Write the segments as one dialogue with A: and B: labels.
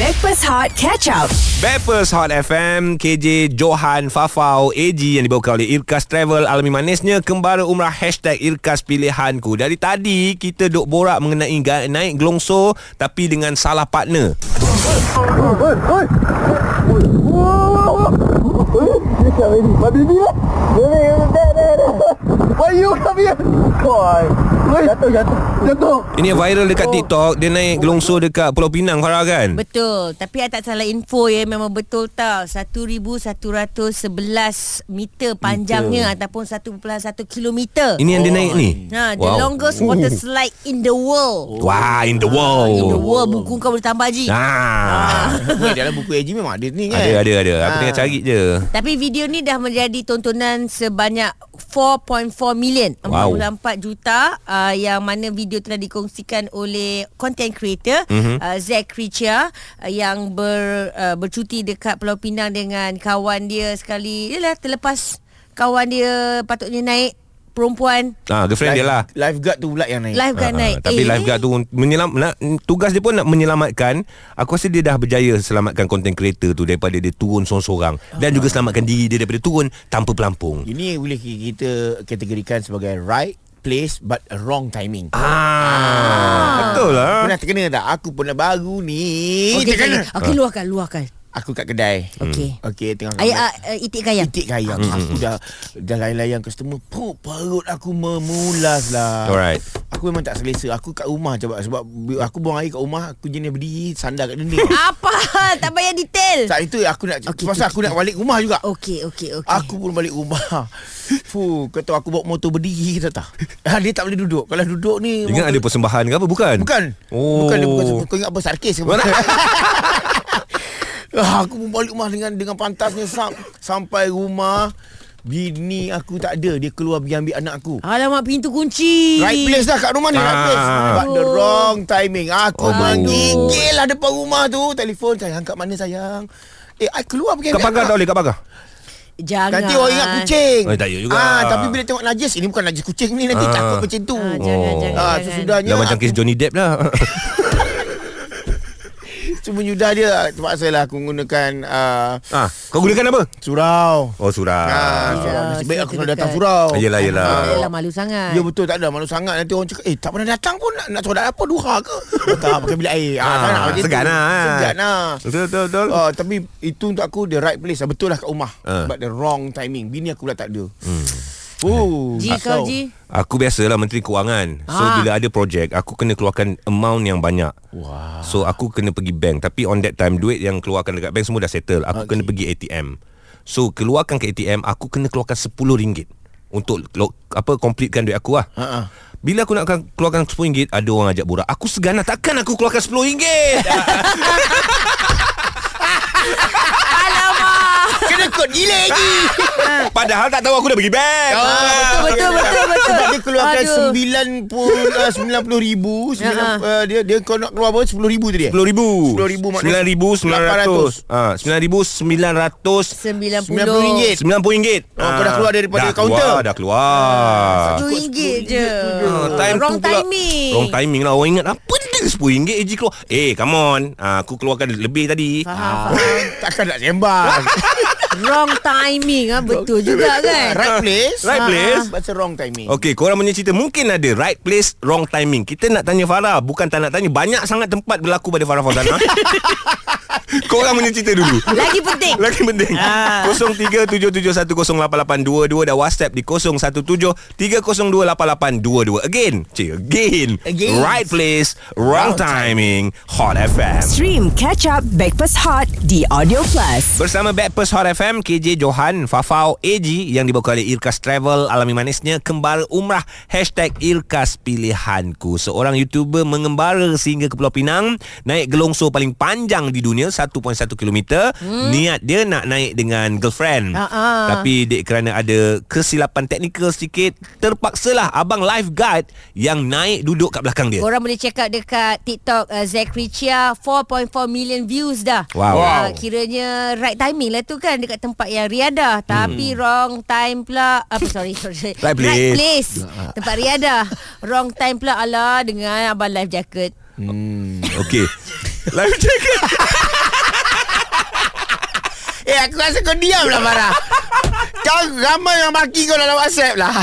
A: Backpass Hot Catch Up.
B: Backpers Hot FM KJ Johan Fafau AG Yang dibawakan oleh Irkas Travel Alami manisnya Kembara Umrah Hashtag Irkas Pilihanku Dari tadi Kita duk borak mengenai ga- Naik gelongso Tapi dengan salah partner
C: Babi ni lah Babi Dah dah dah Why you come here Koi Jatuh jatuh Jatuh
B: Ini viral dekat
D: Oh.
B: TikTok Dia naik gelongso dekat Pulau Pinang Farah kan
D: Betul. Tapi saya tak salah info ya. Memang betul tau. 1,111 meter panjangnya meter. ataupun 1.1 kilometer.
B: Ini yang dia naik ni
D: Ha, the longest water slide in the world.
B: Wah in the
D: In the
B: world
D: world buku kau boleh tambah je.
B: Ah,
C: Weh dalam buku AG memang ada ni kan
B: Ada ada ada
D: Ah.
B: Aku tengah cari je
D: Tapi video ni dah menjadi tontonan sebanyak 4.4 million
B: Wow.
D: 44 juta uh, Yang mana video telah dikongsikan oleh Content creator
B: Mhm.
D: mm-hmm. uh, Zack Creature uh, Yang ber, uh, bercuti dekat Pulau Pinang Dengan kawan dia sekali Yalah terlepas kawan dia patutnya naik Perempuan
B: Ah, girlfriend dia lah
C: Lifeguard tu pula yang naik
D: Lifeguard
B: Ah,
D: naik
B: Tapi eh. lifeguard tu menyelam, nak, Tugas dia pun nak menyelamatkan Aku rasa dia dah berjaya Selamatkan content creator tu Daripada dia turun seorang-seorang Dan juga selamatkan diri dia Daripada turun Tanpa pelampung
C: Ini boleh kita kategorikan sebagai right place but wrong timing
B: Ah,
C: Ah.
D: Ah.
B: Betul lah
C: Pernah terkena tak? Aku pernah baru ni
D: Okey,
C: Terkena
D: okay, okay, luahkan, luahkan.
C: Aku kat kedai
B: Hmm.
D: Okey.
C: Okey tengah
D: Ayah uh, itik kayang.
C: Itik kaya hmm. Aku dah Dah layan-layan customer Perut perut aku memulas lah
B: Alright.
C: Aku memang tak selesa Aku kat rumah sebab Sebab bi- aku buang air kat rumah Aku jenis berdiri Sandar kat dinding
D: Apa? tak payah detail.
C: Saat itu aku nak
D: Okey,
C: okay, Pasal
D: okey,
C: aku nak balik rumah juga
D: Okey, okey, okey.
C: Aku pun balik rumah Fuh Kau tahu aku bawa motor berdiri tak tak Ah, Dia tak boleh duduk Kalau duduk ni
B: Ingat ada persembahan ke apa Bukan
C: Bukan
B: Oh.
C: Bukan dia bukan Kau ingat apa sarkis ke
B: Bukan.
C: Ah, aku pun balik rumah dengan dengan pantasnya sam, sampai rumah bini aku tak ada dia keluar pergi ambil anak aku
D: Alamak pintu kunci.
C: Right place lah kat rumah ni Right
B: Ah.
C: place But the wrong timing
B: Aduh.
C: Aku oh, menggigil lah depan rumah tu Telefon saya Angkat mana sayang Eh I keluar pergi
B: Kat
C: ambil
B: pagar
C: anak.
B: tak boleh Kat pagar
D: Jangan.
C: Nanti orang ingat kucing
B: Eh, tak ya juga.
C: ah, Tapi bila tengok najis Ini bukan najis kucing ni Nanti
B: Ah.
C: takut macam tu
D: Ah, jangan,
B: Oh.
D: jangan.
C: Ah,
D: jangan.
C: sesudahnya
B: Dah macam kes Johnny Depp lah
C: Cuma yudah dia Terpaksa lah aku menggunakan uh,
B: ah, Kau gunakan apa?
C: Surau
B: Oh surah
C: Ah,
D: Ya,
C: surau. Nasib baik
D: saya
C: aku kena
D: terdekat.
C: datang surau
B: Yelah yelah
D: Ah, Yelah malu sangat.
C: Ya betul tak ada malu sangat nanti orang cakap eh tak pernah datang pun nak, nak solat apa duha ke? tak pakai bilik air. Ah, tak nak
B: ah,
C: macam tu.
B: Segan lah eh.
C: Segan lah.
B: Betul betul, betul.
C: Ah, tapi itu untuk aku the right place lah. betul lah kat rumah.
B: Ah.
C: But the wrong timing. Bini aku pula tak ada. Hmm. Oh,
D: Ji kau Ji.
B: Aku biasalah Menteri Kewangan So
D: Ah.
B: bila ada projek Aku kena keluarkan amount yang banyak
C: Wah.
B: So aku kena pergi bank Tapi on that time Duit yang keluarkan dekat bank Semua dah settle Aku okay. kena pergi ATM So keluarkan ke ATM Aku kena keluarkan RM10 Untuk lo, apa completekan duit aku lah
C: Ha ah.
B: Bila aku nak keluarkan RM10 Ada orang ajak borak Aku segan lah Takkan aku keluarkan RM10
C: Kena kod gila lagi.
B: Padahal tak tahu aku dah pergi bank
C: Oh.
D: Betul Ah, betul betul betul.
C: Sebab Ah, dia keluarkan
D: Aduh.
C: sembilan pun ah, sembilan puluh ribu sembilan
D: Ah, ah.
C: uh, dia dia kau nak keluar berapa sepuluh ribu tadi eh?
B: Sepuluh ribu
C: Sepuluh ribu maknanya
B: Sembilan ribu Sembilan ratus Ah, Sembilan ribu Sembilan ratus
D: Sembilan
C: Sembilan
D: puluh
C: puluh ringgit.
B: RM90
C: Oh, kau dah keluar daripada
B: dah keluar,
C: kaunter? Ah,
B: Dah keluar
D: Satu ringgit je.
B: Ah, time
D: Wrong
B: tu pula,
D: timing.
B: Wrong timing lah Orang ingat Apa dia RM10 AG keluar Eh come on ah, Aku keluarkan lebih tadi
D: Faham.
C: Ah, Takkan nak sembang.
D: Wrong timing ah betul juga kan.
C: right place. Ah,
B: Right place. Oh.
C: But it's wrong timing.
B: Okay korang punya cerita Mungkin ada right place Wrong timing Kita nak tanya Farah Bukan tak nak tanya Banyak sangat tempat berlaku pada Farah Fauzana Korang punya cerita dulu
D: Lagi penting.
B: Lagi penting
D: Ah.
B: 0377108822 Dan WhatsApp di 0173028822 Again Cik again.
C: Again.
B: Right place Wrong timing Hot FM
A: Stream Catch Up Backpass Hot di Audio Plus.
B: Bersama Backpast Hot FM KJ Johan Fafau AG Yang dibawa oleh Irkas Travel Alami manisnya Kembara Umrah Hashtag Irkas Pilihanku Seorang YouTuber mengembara Sehingga ke Pulau Pinang Naik gelongso paling panjang di dunia 1.1 km hmm. Ha, Niat dia nak naik dengan girlfriend
D: Ah, ah.
B: Tapi dek kerana ada Kesilapan teknikal sedikit Terpaksalah Abang lifeguard Yang naik duduk kat belakang dia
D: Korang boleh check out dekat TikTok uh, Zachary Chia 4.4 million views dah.
B: Wow.
D: Ah,
B: Wow.
D: kiranya right timing lah tu kan dekat tempat yang riadah tapi wrong time pula apa sorry sorry.
B: Right place.
D: Right place. Tempat riadah. wrong time pula ala dengan abang life jacket.
B: Okay Life jacket
C: Eh aku rasa kau diam lah Farah Kau ramai yang maki kau dalam whatsapp lah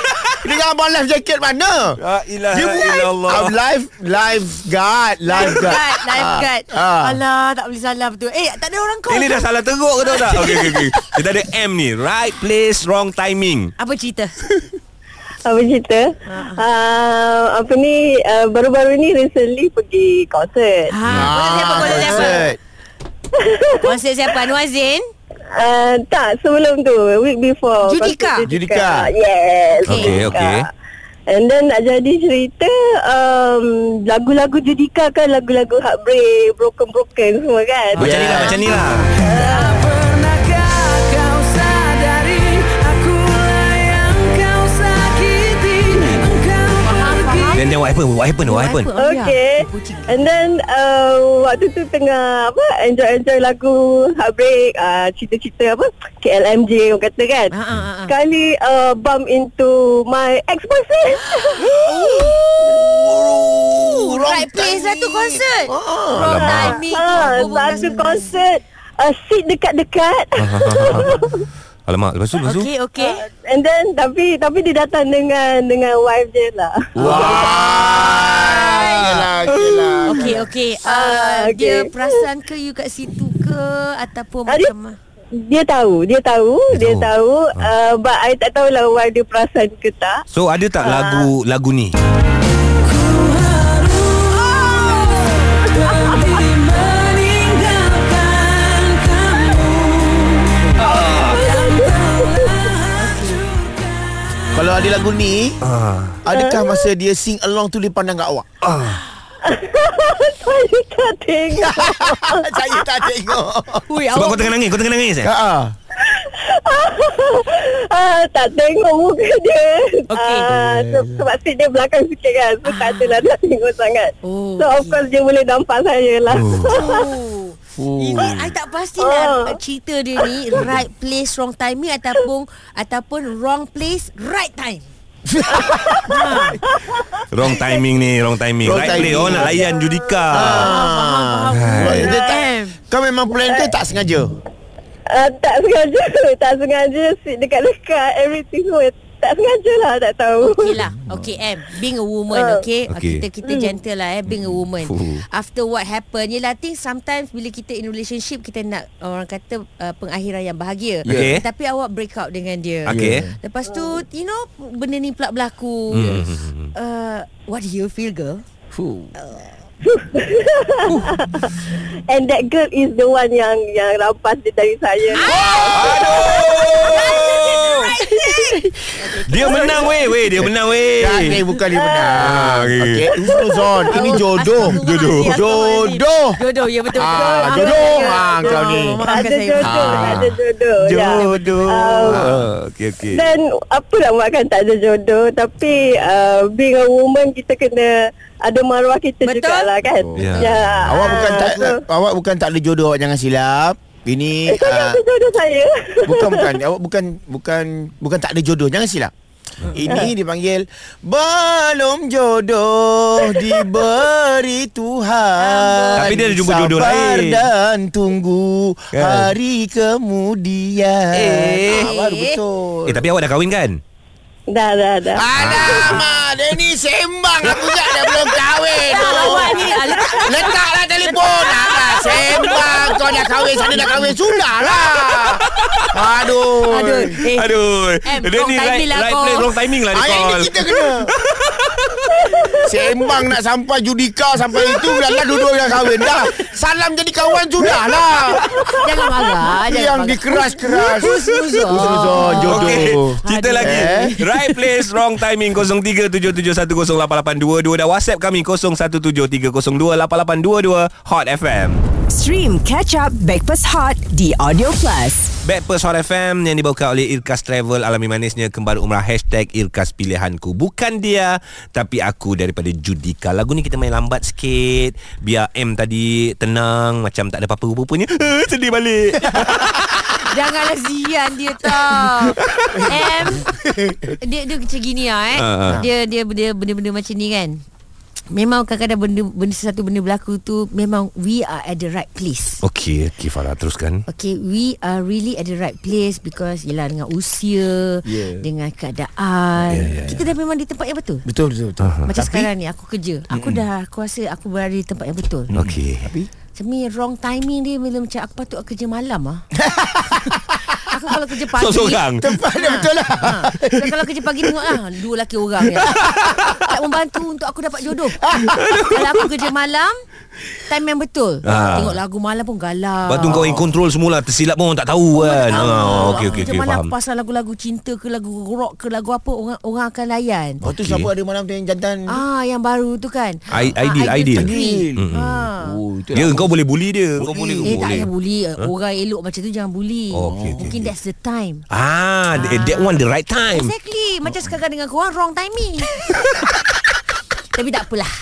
C: Dengan abang live jacket mana
B: La ilaha
C: Dia buat
B: illallah.
C: I'm live Live guard Live guard
D: Lifeguard Lifeguard
C: Ah.
D: Alah tak boleh salah betul Eh tak ada orang call
B: Ini dah salah teruk ke tahu tak? Okey okey okey. Kita ada M ni. Right place, wrong timing.
D: Apa cerita
E: Apa cerita? Uh, apa ni, uh, baru-baru ni recently pergi konsert.
C: Ah,
D: ha, Konsert siapa Konsert siapa
C: concert.
D: Konsert siapa Anwar Zain
E: Uh, tak, sebelum tu, week before.
D: Judika.
E: konsert
C: Judika.
E: Yes.
B: Okey,
E: Judika.
B: okey.
E: And then nak jadi cerita um, Lagu-lagu Judika kan Lagu-lagu heartbreak Broken-broken semua kan
B: Macam ni lah, macam ni lah. Then then what happened? What happened? What happened?
D: Apa? Oh, ya.
E: Okay And then uh, Waktu tu tengah Apa Enjoy-enjoy lagu Heartbreak uh, Cerita-cerita apa KLMJ Orang kata kan
D: Ah, ah, ah.
E: Sekali uh, Bump into My ex-boyfriend
C: Oh, wrong
D: Right place lah tu
C: timing.
D: konsert
C: Ah.
D: Wrong
B: Alamak.
D: timing
E: ha,
D: Oh, berbual
E: Satu
D: dengan-
E: konsert uh, Seat dekat-dekat
B: Alamak, lepas tu, lepas tu.
D: Okay okay
E: And then Tapi Tapi dia datang dengan Dengan wife dia lah
C: Wah Ah, Yelah Okay lah
D: Okay okay
E: Ah,
D: uh,
E: okay.
D: Dia perasan ke you kat situ ke Ataupun
E: Ada-
D: macam mana
E: Dia tahu Dia tahu Dia,
B: Dia tahu.
E: tahu, Uh, But I tak tahulah Wife dia perasan ke tak
B: So ada
D: Ah.
B: tak lagu lagu ni?
C: Kalau ada lagu ni
E: Ha.
B: Ah,
C: Adakah masa dia sing along tu Dia pandang kat awak
E: Saya tak tengok
C: Saya tak tengok
D: Ui,
B: sebab kau tengah nangis, kau tengah nangis eh?
C: Haa
E: ah, Tak tengok muka dia
D: Okey.
E: ah,
D: Ah.
E: se- Sebab seat dia belakang sikit kan So tak adalah nak tengok sangat
D: Oh,
E: So of
D: okey.
E: course dia boleh nampak saya lah
D: Oh. Ini I tak
E: Ah.
D: pastilah oh. cerita dia ni right place wrong timing ataupun ataupun wrong place right time.
B: Wrong timing ni, wrong timing.
C: Wrong
B: right play,
C: timing.
B: oh nak layan Judika.
C: Ah.
B: Hai.
C: Dia tak,
D: Faham.
C: kau memang plan ke tak sengaja?
E: ah, Tak sengaja Tak sengaja Seat dekat-dekat Everything semua Tak sengaja lah Tak tahu
D: Okay lah Okay M Being a
E: Ah.
D: woman Okay,
B: Okey.
D: okay. Kita
E: Hmm.
D: kita gentle lah eh Being a woman
B: Fuh.
D: After what happen Yelah I think sometimes Bila kita in relationship Kita nak Orang kata uh, Pengakhiran yang bahagia
B: Okey.
D: Tapi awak break out dengan dia
B: Okey.
D: Lepas tu You know Benda ni pula berlaku
C: Hmm.
D: uh, What do you feel girl?
E: And that girl is the one Yang yang rampas dia dari saya
D: Ah,
B: Dia menang weh, weh, dia menang
E: Eh.
B: weh.
C: Tak, ni Kan, eh, bukan dia
B: Ah,
C: menang.
B: okey.
C: Okey, Uzon. Ini jodoh.
D: Astaghfirullahalazim.
C: Jodoh.
D: Jodoh Ya betul
C: Ah, jodoh. Ah, kau ni.
D: Maafkan
E: Ada
D: saya
E: jodoh
C: Ah.
E: Ada jodoh ya.
D: Oh.
C: Jodoh.
B: Ah, Okey okey.
E: Dan apa nak buat kan tak ada jodoh Tapi uh, being a woman kita kena ada maruah kita
D: Betul.
E: jugalah kan
B: Ya.
C: Awak bukan tak
E: so,
C: awak bukan tak ada jodoh awak jangan silap. Ini
E: Ah. Eh kau
C: ah,
E: jangan jodoh saya
C: bukan bukan awak bukan bukan bukan tak ada jodoh jangan silap. Ini dipanggil Belum jodoh Diberi Tuhan
B: Tapi dia ada jumpa jodoh
C: Sabar
B: lain.
C: dan tunggu
B: Kan?
C: Hari kemudian
B: Eh.
C: ah, Baru betul
B: Eh tapi awak dah kahwin kan?
E: Dah dah dah
C: Alamak Dia ni sembang Aku ingat dia belum kahwin tu
D: Awak ni alah,
C: Letaklah telefon Alah sembang Kau dah kahwin Sana dah kahwin Sudah lah Aduh
D: Aduh eh,
B: Aduh.
D: Em,
B: Dia
D: wrong
B: ni
D: timing
B: right,
D: lah
B: right
D: kau.
B: play, wrong timing lah dia
C: Ayah
B: call.
C: ni kita kena Sembang nak sampai Judika Sampai itu Dah lah dua-dua dah kahwin Dah Salam jadi kawan Sudah lah
D: Jangan marah Jangan
C: Yang
D: marah
C: dikeras-keras
D: Husnuzon.
C: Husnuzon Jodoh
B: Okey, cerita
D: Aduh.
B: lagi.
C: Eh?
B: Right place, wrong timing 0377108822 dan WhatsApp kami 0173028822 Hot FM.
A: Stream Catch Up Backpass Hot The Audio Plus.
B: Backpast Hot FM yang dibawakan oleh Irkas Travel Alami Manisnya Kembali Umrah Hashtag Irkas Pilihanku Bukan dia Tapi aku daripada Judika Lagu ni kita main lambat sikit Biar M tadi tenang Macam tak ada apa-apa rupanya Eh, Sedih balik
D: Janganlah zian dia tau M Dia dia macam gini lah eh
B: Ah, ah.
D: Dia dia dia benda-benda macam ni kan memang kadang-kadang benda, benda sesuatu benda berlaku tu memang we are at the right place.
B: Okey, okey Farah teruskan.
D: Okay, we are really at the right place because ialah dengan usia,
B: Ya.
C: Yeah.
D: dengan keadaan.
B: Yeah, yeah,
D: kita dah memang di tempat yang betul.
C: Betul betul betul.
B: Aha.
D: Macam sekarang ni aku kerja, aku
B: Hmm.
D: dah aku rasa aku berada di tempat yang betul.
B: Okey.
D: Macam ni wrong timing dia bila macam aku patut aku kerja malam ah. aku kalau kerja pagi
B: Sorang-sorang.
C: Tempat dia betul lah.
D: Ha. Kalau, kalau kerja pagi tengok ah dua lelaki orang je. tak membantu untuk aku dapat jodoh. kalau aku kerja malam time yang betul.
B: Ah.
D: Tengok lagu malam pun galau.
B: Lepas tu kau yang control semula Tersilap pun orang tak tahu kan ha, Okey okey okey
D: Macam mana
B: faham
D: aku pasal lagu-lagu cinta ke lagu rock ke lagu apa orang orang akan layan.
C: Oh tu
B: Okey.
C: siapa ada malam tu yang jantan.
D: Ah yang baru tu kan.
B: I-
D: Ah,
B: ideal, ideal.
D: Fikri.
C: Mm,
D: Ah.
C: Oh, itu
B: Dia
C: lah.
B: Ya, kau boleh bully dia Kau boleh
D: Eh
C: Boleh.
D: tak
B: boleh.
D: payah bully huh? Orang elok macam tu Jangan bully
B: Oh, okey, okey,
D: Mungkin
B: okey.
D: that's the time
B: Ah, ah. That one the right time
D: Exactly
B: Hmm.
D: Macam sekarang dengan korang Wrong timing Tapi tak apalah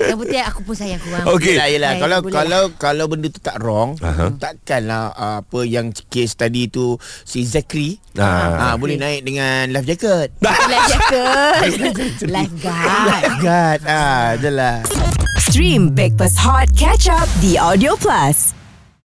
D: Yang penting aku pun sayang korang
B: Okey.
C: Yelah, yelah.
D: Baik,
C: Kalau
D: boleh.
C: kalau kalau benda tu tak wrong, uh-huh. takkanlah uh, apa yang case tadi tu si Zakri
B: Ah.
C: ah. boleh naik dengan life jacket.
D: Life jacket Lifeguard
C: God, ah, jelah.
A: Stream Breakfast Hot Catch Up The Audio Plus.